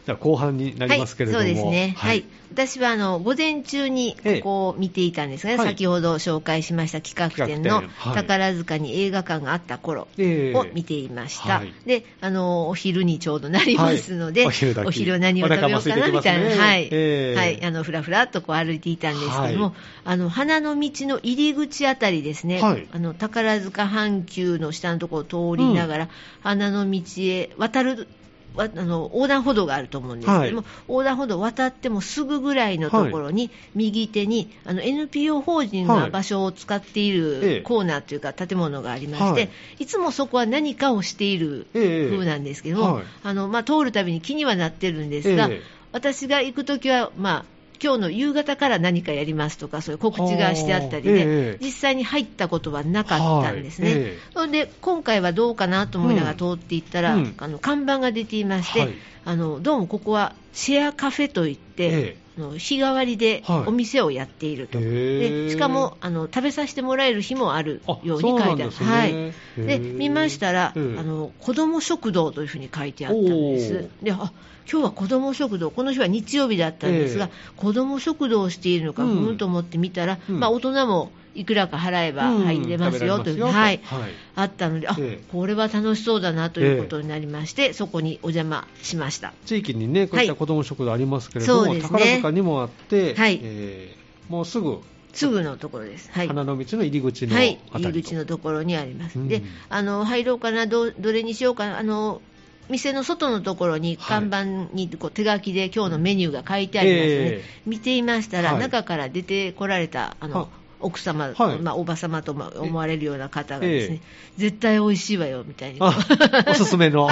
[SPEAKER 1] では後半になりますけれども、
[SPEAKER 2] はい、そうですね、はい私はあの午前中にここを見ていたんですが、
[SPEAKER 1] ええはい
[SPEAKER 2] 先ほど紹介しました企画展の
[SPEAKER 1] 企画展はい
[SPEAKER 2] 宝塚に映画館があった頃
[SPEAKER 1] えー
[SPEAKER 2] を見ていました、
[SPEAKER 1] はい
[SPEAKER 2] であのお昼にちょうどなりますので、
[SPEAKER 1] はいお昼だけ
[SPEAKER 2] 何を食べようかな
[SPEAKER 1] お腹も空いて
[SPEAKER 2] みたいな、
[SPEAKER 1] きますね
[SPEAKER 2] はい
[SPEAKER 1] ええ
[SPEAKER 2] はい、あのふらふらっとこう歩いていたんですけども、
[SPEAKER 1] はい
[SPEAKER 2] あの花の道の入り口あたりですね、
[SPEAKER 1] はい
[SPEAKER 2] あの宝塚阪急の下のところを通りながら、花の道へ渡る。わあの横断歩道があると思うんですけども、
[SPEAKER 1] は
[SPEAKER 2] 横断歩道を渡ってもすぐぐらいのところに、右手にあの NPO 法人
[SPEAKER 1] は
[SPEAKER 2] が
[SPEAKER 1] い
[SPEAKER 2] 場所を使ってい
[SPEAKER 1] ええ
[SPEAKER 2] るコーナーというか建物がありまし
[SPEAKER 1] は
[SPEAKER 2] て、
[SPEAKER 1] い
[SPEAKER 2] い、つもそこは何かをしている
[SPEAKER 1] ええ
[SPEAKER 2] 風なんですけども、
[SPEAKER 1] はい
[SPEAKER 2] あのまあ、通るたびに気にはなってるんですが、
[SPEAKER 1] ええ
[SPEAKER 2] 私が行くときは、まあ今日の夕方から何かやりますとか、そういう告知がしてあったりで、
[SPEAKER 1] はあええ
[SPEAKER 2] 実際に入ったことはなかったんですね。
[SPEAKER 1] はいええ
[SPEAKER 2] それで今回はどうかなと思いながら通っていったら、
[SPEAKER 1] うんうん
[SPEAKER 2] あの看板が出ていまして、
[SPEAKER 1] はい
[SPEAKER 2] あのどうもここはシェアカフェといって、
[SPEAKER 1] ええ
[SPEAKER 2] あの日替わりで
[SPEAKER 1] はい
[SPEAKER 2] お店をやっていると、
[SPEAKER 1] へえ
[SPEAKER 2] でしかもあの食べさせてもらえる日もあるように書いてある
[SPEAKER 1] あそうなん
[SPEAKER 2] は
[SPEAKER 1] です
[SPEAKER 2] い
[SPEAKER 1] ねへえ
[SPEAKER 2] で見ましたら、
[SPEAKER 1] ええ
[SPEAKER 2] あの子ども食堂というふうに書いてあったんですであ今日は子ども食堂この日は日曜日だったんですが、
[SPEAKER 1] え
[SPEAKER 2] 子ども食堂をしているのか
[SPEAKER 1] うん
[SPEAKER 2] ふーんと思って見たら、
[SPEAKER 1] うん
[SPEAKER 2] まあ、大人もいくらか払えば入れますよ
[SPEAKER 1] うん
[SPEAKER 2] という
[SPEAKER 1] 食
[SPEAKER 2] ふう
[SPEAKER 1] べら
[SPEAKER 2] に
[SPEAKER 1] れ
[SPEAKER 2] は
[SPEAKER 1] ますよとは
[SPEAKER 2] い
[SPEAKER 1] い
[SPEAKER 2] あったので、あ
[SPEAKER 1] ええ
[SPEAKER 2] これは楽しそうだなということになりまして、そこにお邪魔しました。
[SPEAKER 1] 地域にね、こういった子ども食堂ありますけれども、
[SPEAKER 2] はいそうですね
[SPEAKER 1] 宝塚にもあって、
[SPEAKER 2] はい
[SPEAKER 1] えーもうすぐ
[SPEAKER 2] すぐのところです。はい。
[SPEAKER 1] 花の道の入り口の
[SPEAKER 2] はい、
[SPEAKER 1] あたり
[SPEAKER 2] 入り
[SPEAKER 1] と、
[SPEAKER 2] 口のところにあります。
[SPEAKER 1] うん
[SPEAKER 2] で、あの入ろうかなど、どれにしようかな、あの店の外のところに
[SPEAKER 1] はい
[SPEAKER 2] 看板にこう手書きで今日のメニューが書いてありますので、
[SPEAKER 1] ええ
[SPEAKER 2] 見ていましたら、
[SPEAKER 1] はい
[SPEAKER 2] 中から出てこられたあの、
[SPEAKER 1] あ
[SPEAKER 2] 奥様、
[SPEAKER 1] はい
[SPEAKER 2] まあ、おば様とも思われるような方が
[SPEAKER 1] ええ
[SPEAKER 2] ですね、絶対美味しいわよみたいに、
[SPEAKER 1] あおすすめ
[SPEAKER 2] [LAUGHS]
[SPEAKER 1] の。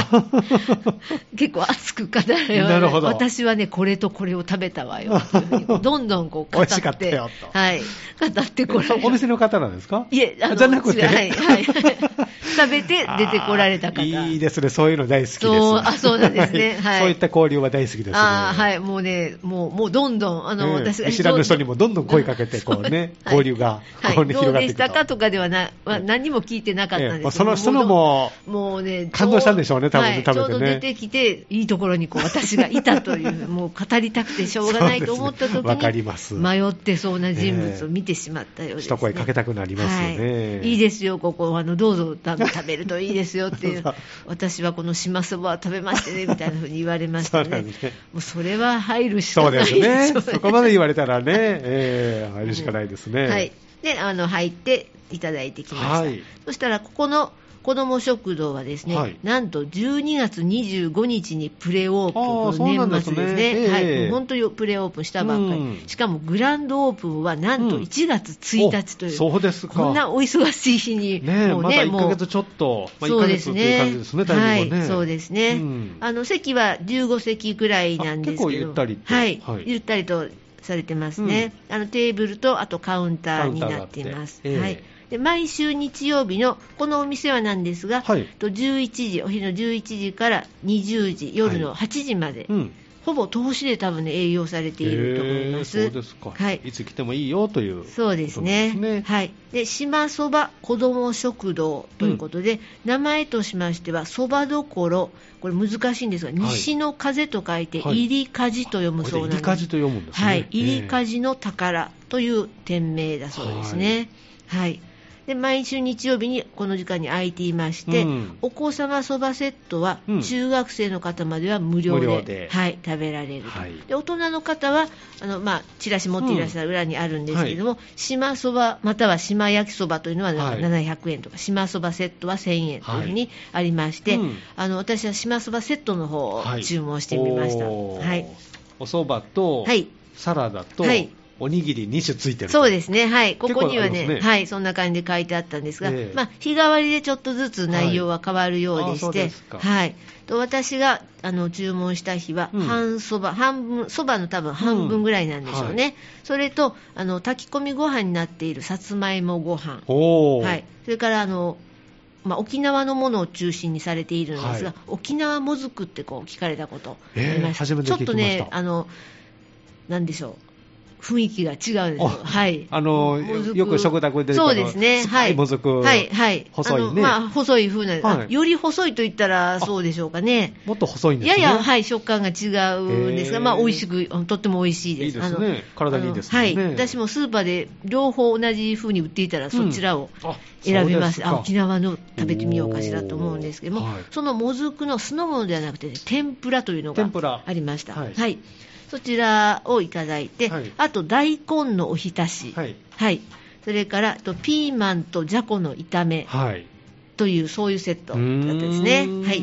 [SPEAKER 2] 結構熱く語るよ、
[SPEAKER 1] なるほど
[SPEAKER 2] 私はね、これとこれを食べたわよっていうふう
[SPEAKER 1] [LAUGHS]
[SPEAKER 2] に、どんどんこう語
[SPEAKER 1] 美
[SPEAKER 2] っ
[SPEAKER 1] 味しかった
[SPEAKER 2] て、
[SPEAKER 1] よと
[SPEAKER 2] はい、語ってこら
[SPEAKER 1] [LAUGHS]
[SPEAKER 2] れる。
[SPEAKER 1] お店の方なんですか
[SPEAKER 2] いえ、あの
[SPEAKER 1] じゃなくて。
[SPEAKER 2] 違うは
[SPEAKER 1] [LAUGHS]
[SPEAKER 2] い、はい。食べて出てこられた方。
[SPEAKER 1] あーいいですね、そういうの大好きです。
[SPEAKER 2] そうあそうなんですねはい
[SPEAKER 1] そういった交流は大好きですね。
[SPEAKER 2] ああ、はい、もうね、もう、もうどんどん、あの、
[SPEAKER 1] ええ
[SPEAKER 2] 私が
[SPEAKER 1] 見知らぬ人にもどんどん声かけて、こうね、
[SPEAKER 2] はい
[SPEAKER 1] 交流が、
[SPEAKER 2] はい、
[SPEAKER 1] こうね
[SPEAKER 2] ど
[SPEAKER 1] 広
[SPEAKER 2] う
[SPEAKER 1] がっ
[SPEAKER 2] で
[SPEAKER 1] てい
[SPEAKER 2] し
[SPEAKER 1] くと。
[SPEAKER 2] たかとかではな、まあ、何も聞いてなかったんです
[SPEAKER 1] ええま
[SPEAKER 2] けど
[SPEAKER 1] あその人のも
[SPEAKER 2] う、もうね、
[SPEAKER 1] 感動したんでしょうね多分ね
[SPEAKER 2] は
[SPEAKER 1] 食
[SPEAKER 2] い
[SPEAKER 1] べてね
[SPEAKER 2] ちょうど出てきて、いいところにこう私がいた
[SPEAKER 1] [LAUGHS]
[SPEAKER 2] という、もう語りたくてしょうがないと思った
[SPEAKER 1] そうです
[SPEAKER 2] 時
[SPEAKER 1] ねわかり
[SPEAKER 2] に、
[SPEAKER 1] ます
[SPEAKER 2] 迷ってそうな人物を見てしまったようです、ね
[SPEAKER 1] 一声かけたくなりますよね。
[SPEAKER 2] はい、いいですよ、ここあの、どうぞた食べるといいですよっていう
[SPEAKER 1] そう、
[SPEAKER 2] 私はこの島そば食べましてねみたいなふうに言われまし
[SPEAKER 1] そ
[SPEAKER 2] た
[SPEAKER 1] うな
[SPEAKER 2] ね、
[SPEAKER 1] んですね。
[SPEAKER 2] もうそれは入るし
[SPEAKER 1] そ
[SPEAKER 2] か
[SPEAKER 1] う
[SPEAKER 2] な
[SPEAKER 1] で
[SPEAKER 2] い
[SPEAKER 1] す
[SPEAKER 2] しょ [LAUGHS]
[SPEAKER 1] ね。
[SPEAKER 2] う
[SPEAKER 1] そこまで言われたらね、ええ入るしかないですね。
[SPEAKER 2] はい、であの入っていただいてきました、
[SPEAKER 1] はい
[SPEAKER 2] そしたらここの子ども食堂はですね、
[SPEAKER 1] はい
[SPEAKER 2] なんと12月25日にプレオープン
[SPEAKER 1] あーそうなん
[SPEAKER 2] 年
[SPEAKER 1] です
[SPEAKER 2] 末
[SPEAKER 1] ね
[SPEAKER 2] ですねはい
[SPEAKER 1] ええ
[SPEAKER 2] もう本当にプレオープンしたばっかり、
[SPEAKER 1] うん
[SPEAKER 2] しかもグランドオープンはなんと
[SPEAKER 1] うん
[SPEAKER 2] 1月1日という、
[SPEAKER 1] おそうですか。
[SPEAKER 2] こんなお忙しい日に、
[SPEAKER 1] ねえ、
[SPEAKER 2] もう
[SPEAKER 1] まだ
[SPEAKER 2] ね、
[SPEAKER 1] 1ヶ
[SPEAKER 2] もう
[SPEAKER 1] 月ちょっと、まあ、1
[SPEAKER 2] そう
[SPEAKER 1] ヶ
[SPEAKER 2] で
[SPEAKER 1] 月
[SPEAKER 2] す
[SPEAKER 1] っていう感じ
[SPEAKER 2] ね
[SPEAKER 1] ですね、、
[SPEAKER 2] は
[SPEAKER 1] タイミングはね。
[SPEAKER 2] い、そうですね、
[SPEAKER 1] うん
[SPEAKER 2] あの席は15席くらいなんですけど、
[SPEAKER 1] あ結構ゆったりと
[SPEAKER 2] はい
[SPEAKER 1] はい
[SPEAKER 2] ゆったりとされてますね、あのテーブルとあとカウンターになっています。
[SPEAKER 1] カウンターがあって
[SPEAKER 2] は
[SPEAKER 1] え
[SPEAKER 2] いで毎週日曜日のこのお店はなんですが、
[SPEAKER 1] はい
[SPEAKER 2] と11時、お昼の11時から20時、夜の8時まで、
[SPEAKER 1] うん。
[SPEAKER 2] ほぼ通しで多分ね、営業されていると思います。
[SPEAKER 1] へえそうですか。
[SPEAKER 2] はい
[SPEAKER 1] い。つ来てもいいよという。
[SPEAKER 2] そうですね。
[SPEAKER 1] そうですね
[SPEAKER 2] はい。で、島そば子ども食堂ということで、名前としましては、そばどころ、これ難しいんですが、西の風と書いて、
[SPEAKER 1] はい
[SPEAKER 2] 入りかじと読むそう
[SPEAKER 1] こ
[SPEAKER 2] な
[SPEAKER 1] れ
[SPEAKER 2] ん
[SPEAKER 1] で入
[SPEAKER 2] です。
[SPEAKER 1] りかじと読むんですね。
[SPEAKER 2] はい。入りか
[SPEAKER 1] じ。
[SPEAKER 2] じの宝という店名だそうですね。はい。で、毎週日曜日にこの時間に空いていまして、
[SPEAKER 1] うん
[SPEAKER 2] お子様そばセットは
[SPEAKER 1] うん
[SPEAKER 2] 中学生の方までは無料で,、
[SPEAKER 1] 無料で
[SPEAKER 2] はい、食べられると、
[SPEAKER 1] はい
[SPEAKER 2] で大人の方はあの、まあ、チラシ持っていらっしゃる裏にあるんですけども、島そばまたは島焼きそばというのはなんか
[SPEAKER 1] は
[SPEAKER 2] 700円とか、島そばセットは1000円というふう
[SPEAKER 1] は
[SPEAKER 2] にありまして、
[SPEAKER 1] うん
[SPEAKER 2] あの私は島そばセットの方を
[SPEAKER 1] はい
[SPEAKER 2] 注文してみました。
[SPEAKER 1] おー
[SPEAKER 2] はい
[SPEAKER 1] お蕎麦と、
[SPEAKER 2] はい
[SPEAKER 1] サラダと、
[SPEAKER 2] はい
[SPEAKER 1] おにぎり2種ついてる。
[SPEAKER 2] そうですね、はい、ここに
[SPEAKER 1] 結構
[SPEAKER 2] は
[SPEAKER 1] あ
[SPEAKER 2] ね
[SPEAKER 1] りますね
[SPEAKER 2] はい、そんな感じで書いてあったんですが、
[SPEAKER 1] ええ
[SPEAKER 2] まあ、日替わりでちょっとずつ内容は変わるようで
[SPEAKER 1] はいああそう
[SPEAKER 2] して、は
[SPEAKER 1] で
[SPEAKER 2] い
[SPEAKER 1] すか
[SPEAKER 2] と私があの注文した日は、
[SPEAKER 1] うん
[SPEAKER 2] 半そば、半分、そばの多分半分ぐらいなんでしょ
[SPEAKER 1] う
[SPEAKER 2] うね、
[SPEAKER 1] んは
[SPEAKER 2] それとあの炊き込みご飯になっているさつまいもご飯
[SPEAKER 1] おー
[SPEAKER 2] はい、それからあの、まあ、沖縄のものを中心にされているんですが、
[SPEAKER 1] はい
[SPEAKER 2] 沖縄もずくってこう聞かれたことあ
[SPEAKER 1] えー
[SPEAKER 2] りました、
[SPEAKER 1] 初めて
[SPEAKER 2] ちょ
[SPEAKER 1] 聞
[SPEAKER 2] っ
[SPEAKER 1] きました
[SPEAKER 2] とねあのなんでしょう雰囲気が違うんです
[SPEAKER 1] あ
[SPEAKER 2] よ、はい、
[SPEAKER 1] あの
[SPEAKER 2] もずく
[SPEAKER 1] よく食卓で出てくる
[SPEAKER 2] そうですね、
[SPEAKER 1] 酸っぱい
[SPEAKER 2] はい、
[SPEAKER 1] もずく
[SPEAKER 2] はいはい、
[SPEAKER 1] 細いね
[SPEAKER 2] あのまあ、細い風な、あ
[SPEAKER 1] はい
[SPEAKER 2] より細いと言ったらそうでしょうかね。
[SPEAKER 1] もっと細いんです
[SPEAKER 2] や
[SPEAKER 1] ね。
[SPEAKER 2] や、はい、食感が違うんですが、
[SPEAKER 1] へー
[SPEAKER 2] まあ、美味しく、あのとっても美味しいです。
[SPEAKER 1] いいですね
[SPEAKER 2] あの
[SPEAKER 1] 体にいいですね
[SPEAKER 2] あのはい、私もスーパーで両方同じ風に売っていたら、そちらを
[SPEAKER 1] あ
[SPEAKER 2] 選びます。あ
[SPEAKER 1] そう
[SPEAKER 2] 沖
[SPEAKER 1] でか
[SPEAKER 2] 縄の食べてみようかしらと思うんですけども、
[SPEAKER 1] おーはい
[SPEAKER 2] そのもずくの酢の物ではなくてね、天ぷらというのが
[SPEAKER 1] 天ぷら
[SPEAKER 2] ありました。は、
[SPEAKER 1] はいい
[SPEAKER 2] そちらをいただいて、
[SPEAKER 1] はい
[SPEAKER 2] あと大根のおひたし、は、
[SPEAKER 1] はいい。
[SPEAKER 2] それからあとピーマンとじゃこの炒め
[SPEAKER 1] はい。
[SPEAKER 2] というそういうセットだったんですね
[SPEAKER 1] うー。ん
[SPEAKER 2] はい。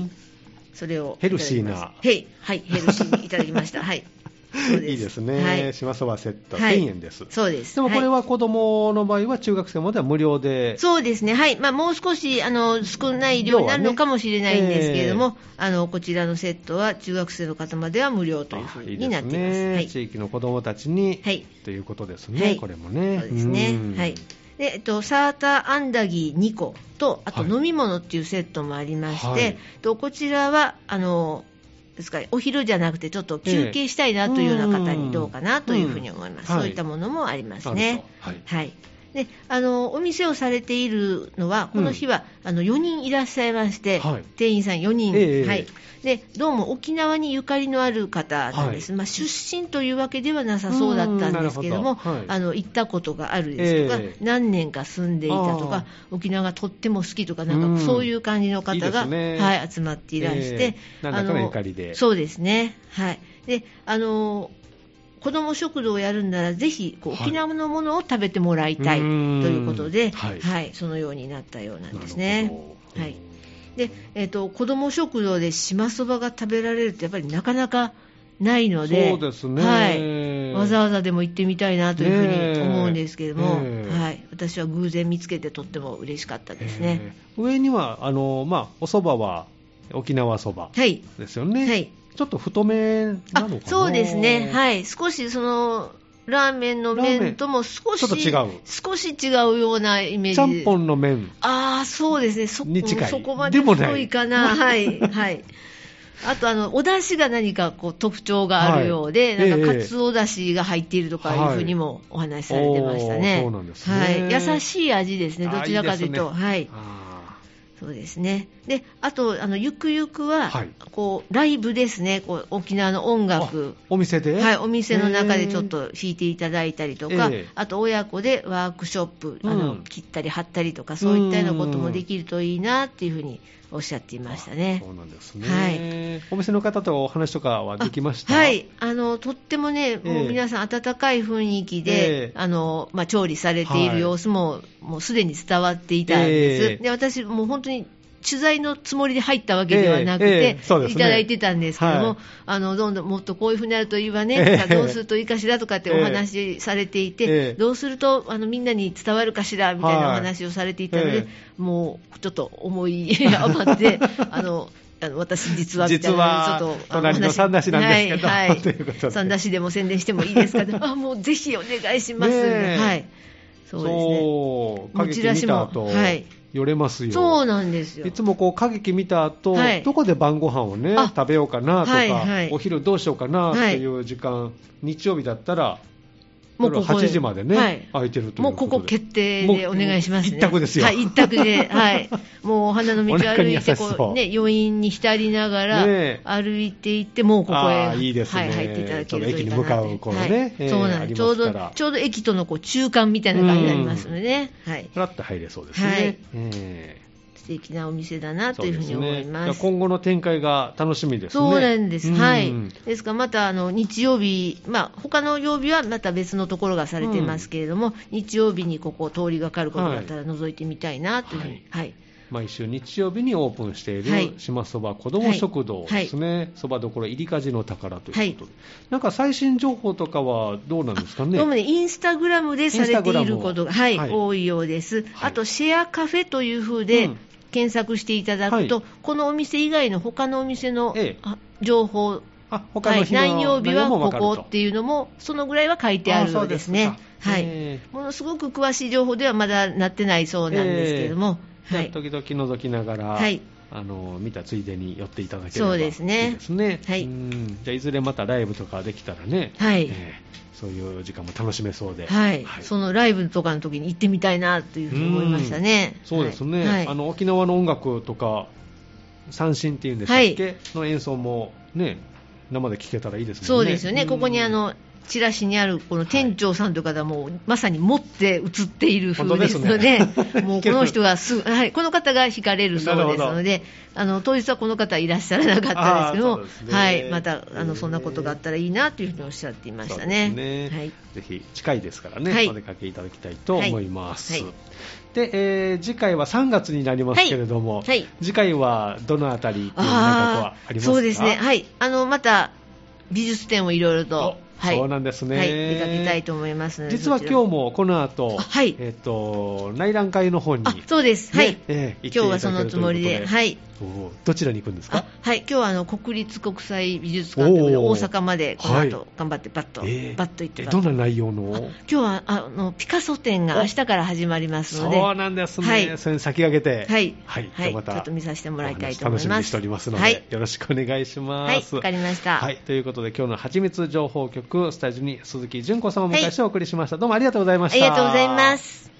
[SPEAKER 2] それを
[SPEAKER 1] ヘルシーない
[SPEAKER 2] ただきましたはい、はい、ヘルシーにいただきました。はい。
[SPEAKER 1] [LAUGHS]
[SPEAKER 2] そう
[SPEAKER 1] いいです
[SPEAKER 2] はい
[SPEAKER 1] ね。。島そばセット、
[SPEAKER 2] はい
[SPEAKER 1] 1000円です。
[SPEAKER 2] そうです。
[SPEAKER 1] でもこれ
[SPEAKER 2] はい
[SPEAKER 1] は子供の場合は中学生までは無料で。
[SPEAKER 2] そうですね、はいまあ、もう少しあの少ない量になるのかもしれないんですけれども、あのこちらのセットは中学生の方までは無料というふう
[SPEAKER 1] あいい
[SPEAKER 2] に
[SPEAKER 1] です
[SPEAKER 2] なっています。
[SPEAKER 1] ね
[SPEAKER 2] はい
[SPEAKER 1] 地域の子供たちに、
[SPEAKER 2] はい
[SPEAKER 1] ということです
[SPEAKER 2] は
[SPEAKER 1] ね、
[SPEAKER 2] い
[SPEAKER 1] これもね。
[SPEAKER 2] そうですね
[SPEAKER 1] うん
[SPEAKER 2] はいでえっと、サーターアンダギー2個とあと
[SPEAKER 1] はい
[SPEAKER 2] 飲み物っていうセットもありまして、
[SPEAKER 1] はい
[SPEAKER 2] とこちらはあのですかねお昼じゃなくてちょっと休憩したいなというような方にどうかなというふうに思います、
[SPEAKER 1] うんうん
[SPEAKER 2] そういったものもあります
[SPEAKER 1] ある
[SPEAKER 2] ね
[SPEAKER 1] と。はい
[SPEAKER 2] はい、であのお店をされているのは、この日は、あの4人いらっしゃいまして、
[SPEAKER 1] はい
[SPEAKER 2] 店員さん4人、
[SPEAKER 1] ええ
[SPEAKER 2] はいで、どうも沖縄にゆかりのある方なんです、まあ、出身というわけではなさそうだったんですけど
[SPEAKER 1] う
[SPEAKER 2] も、
[SPEAKER 1] んなるほどはい
[SPEAKER 2] あの行ったことがあるですとか、
[SPEAKER 1] ええ
[SPEAKER 2] 何年か住んでいたと
[SPEAKER 1] あ
[SPEAKER 2] か
[SPEAKER 1] あ、
[SPEAKER 2] 沖縄がとっても好きとか、なん
[SPEAKER 1] う
[SPEAKER 2] か
[SPEAKER 1] ん
[SPEAKER 2] そういう感じの
[SPEAKER 1] いい
[SPEAKER 2] 方
[SPEAKER 1] で
[SPEAKER 2] が
[SPEAKER 1] すね
[SPEAKER 2] はい、集まっていらして
[SPEAKER 1] え、えなんだかのゆかりで
[SPEAKER 2] あのそうですね。はいであの子ども食堂をやるんなら、ぜひこう
[SPEAKER 1] はい
[SPEAKER 2] 沖縄のものを食べてもらいたいと
[SPEAKER 1] うーん
[SPEAKER 2] いうことで、は
[SPEAKER 1] はいい
[SPEAKER 2] そのようになったようなんです
[SPEAKER 1] なる
[SPEAKER 2] ね。
[SPEAKER 1] ほど
[SPEAKER 2] はいで、えーと、子ども食堂で島そばが食べられるって、やっぱりなかなかないので、
[SPEAKER 1] そうですね。
[SPEAKER 2] はい、わざわざでも行ってみたいなというふうに思うんですけれども、
[SPEAKER 1] ねええ
[SPEAKER 2] はい、私は偶然見つけてとっても嬉しかったですね。
[SPEAKER 1] えー上にはあの、まあ、お蕎麦は沖縄そば
[SPEAKER 2] はい、
[SPEAKER 1] ですよね、
[SPEAKER 2] はい、
[SPEAKER 1] ちょっと太めな
[SPEAKER 2] あ
[SPEAKER 1] のかな
[SPEAKER 2] そうですね、はい、少しそのラーメンの
[SPEAKER 1] ラーメン
[SPEAKER 2] 麺とも少し
[SPEAKER 1] ちょっと違う
[SPEAKER 2] 少し違うようなイメージ
[SPEAKER 1] ちゃんぽんの麺
[SPEAKER 2] ああ、そうですね、そ
[SPEAKER 1] に近い
[SPEAKER 2] そこまで
[SPEAKER 1] でもない
[SPEAKER 2] 太いかな、はい、はい。あとあのお出汁が何かこう特徴があるようで、
[SPEAKER 1] はい
[SPEAKER 2] なん
[SPEAKER 1] え
[SPEAKER 2] か
[SPEAKER 1] え
[SPEAKER 2] かつお出汁が入っているとかいうふうにもお話しされてました
[SPEAKER 1] はいおー
[SPEAKER 2] ね。
[SPEAKER 1] そうなんですね
[SPEAKER 2] はい、優しい味ですね、どちらかというと、
[SPEAKER 1] あいいですね
[SPEAKER 2] はい、
[SPEAKER 1] あ
[SPEAKER 2] そうですね。で、あとあのゆくゆくは、
[SPEAKER 1] はい
[SPEAKER 2] こうライブですね、こう沖縄の音
[SPEAKER 1] ー
[SPEAKER 2] 楽。
[SPEAKER 1] あお店で、
[SPEAKER 2] はい、お店の中でちょっ
[SPEAKER 1] え
[SPEAKER 2] と弾いていただいたりとか、
[SPEAKER 1] ええ
[SPEAKER 2] あと親子でワークショップ、あ
[SPEAKER 1] う
[SPEAKER 2] の
[SPEAKER 1] ん
[SPEAKER 2] 切ったり貼ったりとか、そういったようなこともできるといいなっていうふうにおっしゃってい
[SPEAKER 1] ー
[SPEAKER 2] ました
[SPEAKER 1] あ
[SPEAKER 2] ね
[SPEAKER 1] そ。うなんですね、
[SPEAKER 2] は
[SPEAKER 1] お店の方とお話とかはできました
[SPEAKER 2] はい、あのとってもね、も
[SPEAKER 1] ええ
[SPEAKER 2] う皆さん、温かい雰囲気で、
[SPEAKER 1] ええ
[SPEAKER 2] あのまあ、調理されてい
[SPEAKER 1] はい
[SPEAKER 2] る様子も、もうすでに伝わっていたんです、
[SPEAKER 1] ええ
[SPEAKER 2] で私、もう本当に取材のつもりで入ったわけではなくて、
[SPEAKER 1] ええええそうですね
[SPEAKER 2] いただいてたんですけども、
[SPEAKER 1] はい
[SPEAKER 2] あのどんどんもっとこういうふうになるといいわね、
[SPEAKER 1] ええ
[SPEAKER 2] とかどうするといいかしらとかってお話しされていて、
[SPEAKER 1] ええ
[SPEAKER 2] どうするとあのみんなに伝わるかしらみたいなお
[SPEAKER 1] はい
[SPEAKER 2] 話をされていたので、
[SPEAKER 1] え
[SPEAKER 2] もうちょっと思い余
[SPEAKER 1] [LAUGHS]
[SPEAKER 2] って、あのあの私、実はみたいなのをちょっとあ
[SPEAKER 1] 隣の
[SPEAKER 2] お話
[SPEAKER 1] 三田市なんですけど、
[SPEAKER 2] はいは
[SPEAKER 1] [LAUGHS]
[SPEAKER 2] い
[SPEAKER 1] ということで
[SPEAKER 2] 三田市でも宣伝してもいいですか [LAUGHS] ね、あもうぜひお願いします、
[SPEAKER 1] ねえ
[SPEAKER 2] はい、そうですね、
[SPEAKER 1] そう歌
[SPEAKER 2] 持
[SPEAKER 1] 劇
[SPEAKER 2] ち出し
[SPEAKER 1] 見た
[SPEAKER 2] も
[SPEAKER 1] 後、
[SPEAKER 2] はい
[SPEAKER 1] 寄れますよ
[SPEAKER 2] そうなんですよ、
[SPEAKER 1] いつもこう歌劇見た後、
[SPEAKER 2] はい
[SPEAKER 1] どこで晩ご飯をね
[SPEAKER 2] あ
[SPEAKER 1] 食べようかなとか、
[SPEAKER 2] はいはい
[SPEAKER 1] お昼どうしようかなっていう時間、日曜日だったら
[SPEAKER 2] もう
[SPEAKER 1] 夜
[SPEAKER 2] ここで
[SPEAKER 1] 8時までね、
[SPEAKER 2] はい
[SPEAKER 1] 空いてるとい
[SPEAKER 2] も
[SPEAKER 1] う
[SPEAKER 2] う
[SPEAKER 1] こと
[SPEAKER 2] こ
[SPEAKER 1] で
[SPEAKER 2] こ決定でお願いします
[SPEAKER 1] もう
[SPEAKER 2] ね、
[SPEAKER 1] 一択ですよ
[SPEAKER 2] はい、一択で、はい、もうお花の道を
[SPEAKER 1] お腹
[SPEAKER 2] 歩
[SPEAKER 1] に優
[SPEAKER 2] い
[SPEAKER 1] してそう
[SPEAKER 2] こう、ね、余韻に浸りながら、
[SPEAKER 1] ねえ
[SPEAKER 2] 歩いていって、もうここ
[SPEAKER 1] あ
[SPEAKER 2] へ
[SPEAKER 1] ーいいですね
[SPEAKER 2] はい、入っていただけるといいか
[SPEAKER 1] ちょっ
[SPEAKER 2] な
[SPEAKER 1] と駅に向かう頃ね
[SPEAKER 2] はい
[SPEAKER 1] えー
[SPEAKER 2] そうなん
[SPEAKER 1] あ
[SPEAKER 2] で
[SPEAKER 1] り
[SPEAKER 2] すちょ
[SPEAKER 1] ま
[SPEAKER 2] う
[SPEAKER 1] すか
[SPEAKER 2] ど
[SPEAKER 1] ら
[SPEAKER 2] ちょうど駅とのこう中間みたいな感じになりますのでね、はい、
[SPEAKER 1] ふらっと入れそうですね、
[SPEAKER 2] はい
[SPEAKER 1] ええ
[SPEAKER 2] 素敵なお店だな
[SPEAKER 1] そ
[SPEAKER 2] と
[SPEAKER 1] う
[SPEAKER 2] いうふ
[SPEAKER 1] で
[SPEAKER 2] うに
[SPEAKER 1] す
[SPEAKER 2] 思い
[SPEAKER 1] ね
[SPEAKER 2] ま
[SPEAKER 1] や
[SPEAKER 2] す。
[SPEAKER 1] 今後の展開が楽しみですね
[SPEAKER 2] そうなんです、
[SPEAKER 1] うん
[SPEAKER 2] はい、ですからまたあの日曜日、まあ他の曜日はまた別のところがされてますけれども、日曜日にここ、通りがかることがあったら覗いてみたいなというふうに、はい
[SPEAKER 1] 毎週日曜日にオープンしてい
[SPEAKER 2] はい
[SPEAKER 1] る島そば子ども食堂ですね、そばどころ入りかじの宝ということで、なんか最新情報とかはどうなんですかね。
[SPEAKER 2] どうもね、インスタグラムでされて
[SPEAKER 1] インスタグ
[SPEAKER 2] い
[SPEAKER 1] ラ
[SPEAKER 2] る
[SPEAKER 1] ム
[SPEAKER 2] ことが、はい
[SPEAKER 1] はい
[SPEAKER 2] 多いようです、
[SPEAKER 1] はい
[SPEAKER 2] あとシェアカフェというふうで、
[SPEAKER 1] うん
[SPEAKER 2] 検索していただくと、
[SPEAKER 1] は
[SPEAKER 2] このお店以外の他のお店の、
[SPEAKER 1] ええ
[SPEAKER 2] あ情報
[SPEAKER 1] あ他の日の
[SPEAKER 2] はい、何曜日
[SPEAKER 1] 内
[SPEAKER 2] は
[SPEAKER 1] 容も
[SPEAKER 2] こ
[SPEAKER 1] わかると
[SPEAKER 2] こっていうのも、そのぐらいは書いてあるようです
[SPEAKER 1] あ。
[SPEAKER 2] ね
[SPEAKER 1] そう
[SPEAKER 2] は
[SPEAKER 1] ですか
[SPEAKER 2] い
[SPEAKER 1] え
[SPEAKER 2] ものすごく詳しい情報ではまだなってないそうなんですけれども、
[SPEAKER 1] じゃあ
[SPEAKER 2] はい、
[SPEAKER 1] 時々覗きながら、
[SPEAKER 2] はい
[SPEAKER 1] あの見たついでに寄っていただけれ
[SPEAKER 2] そ
[SPEAKER 1] ば
[SPEAKER 2] うですね
[SPEAKER 1] いいですね
[SPEAKER 2] はい
[SPEAKER 1] うんじゃあいずれまたライブとかできたらね、
[SPEAKER 2] はい
[SPEAKER 1] えーそういう時間も楽しめそうで、
[SPEAKER 2] はい
[SPEAKER 1] はい
[SPEAKER 2] そのライブとかの時に行ってみたいなというふうに思いましたね。
[SPEAKER 1] そうですね、
[SPEAKER 2] はい
[SPEAKER 1] あの沖縄の音楽とか三振っていうんでしたっけ、の演奏もね生で聴けたらいいですもんね
[SPEAKER 2] そうですよね、
[SPEAKER 1] ん
[SPEAKER 2] ここにあのチラシにあるこの店長さんという方も、まさに持って写っている風ですので、
[SPEAKER 1] 本当ですね
[SPEAKER 2] [LAUGHS] もうこの人が
[SPEAKER 1] [LAUGHS]
[SPEAKER 2] すぐ、はい、この方が惹かれるそうですので、あの当日はこの方いらっしゃらなかったですけ
[SPEAKER 1] あ
[SPEAKER 2] ど
[SPEAKER 1] ーそ
[SPEAKER 2] も
[SPEAKER 1] うです、ね
[SPEAKER 2] はい、またあ
[SPEAKER 1] へー
[SPEAKER 2] のそんなことがあったらいいなというふうにおっしゃっていました
[SPEAKER 1] そうで
[SPEAKER 2] ね。
[SPEAKER 1] すね
[SPEAKER 2] はい、
[SPEAKER 1] ぜひ近いですからね、
[SPEAKER 2] はい
[SPEAKER 1] お出かけいただきたいと思います、
[SPEAKER 2] はいはい
[SPEAKER 1] で、えー次回は3月になりますけれども、
[SPEAKER 2] はいはい
[SPEAKER 1] 次回はどのあたりっていうなんかこ
[SPEAKER 2] あ
[SPEAKER 1] うあ
[SPEAKER 2] あ
[SPEAKER 1] り
[SPEAKER 2] ー、
[SPEAKER 1] ますか
[SPEAKER 2] そうですね、はい、あのまた美術展をいろいろと
[SPEAKER 1] お、
[SPEAKER 2] はい、
[SPEAKER 1] そうなんですね
[SPEAKER 2] はい、出かけたいと思いますので、
[SPEAKER 1] 実は
[SPEAKER 2] そちら
[SPEAKER 1] 今日もこの後、
[SPEAKER 2] あはい
[SPEAKER 1] えっ、と内覧会の方に、
[SPEAKER 2] あ、そうです、はい
[SPEAKER 1] ね、えー行っていただける
[SPEAKER 2] 今日はそのつもり
[SPEAKER 1] という
[SPEAKER 2] で、
[SPEAKER 1] こと
[SPEAKER 2] はい。
[SPEAKER 1] おーどちらに行くんですか
[SPEAKER 2] あはい、今日はあの国立国際美術館ということで
[SPEAKER 1] おー
[SPEAKER 2] 大阪までこの
[SPEAKER 1] はい
[SPEAKER 2] 後頑張ってバッと、
[SPEAKER 1] えー
[SPEAKER 2] バッと行って
[SPEAKER 1] え
[SPEAKER 2] バッ
[SPEAKER 1] ど
[SPEAKER 2] と
[SPEAKER 1] んな内容の
[SPEAKER 2] 今日はあのピカソ展が明日から始まりますので、
[SPEAKER 1] そうなんですね、
[SPEAKER 2] はい
[SPEAKER 1] それに先駆けて、
[SPEAKER 2] はい
[SPEAKER 1] はい、じ
[SPEAKER 2] はい
[SPEAKER 1] ゃあまた
[SPEAKER 2] ちょっと見させてもらいたいと思います
[SPEAKER 1] お話楽しみにしておりますので、
[SPEAKER 2] はい
[SPEAKER 1] よろしくお願いしま
[SPEAKER 2] はい、
[SPEAKER 1] す。
[SPEAKER 2] わかりました。
[SPEAKER 1] はい、ということで今日のはちみつ情報局スタジオに鈴木純子さんをお迎えしてお送りしました、どうもありがとうございま
[SPEAKER 2] あ
[SPEAKER 1] した
[SPEAKER 2] りがとうございます。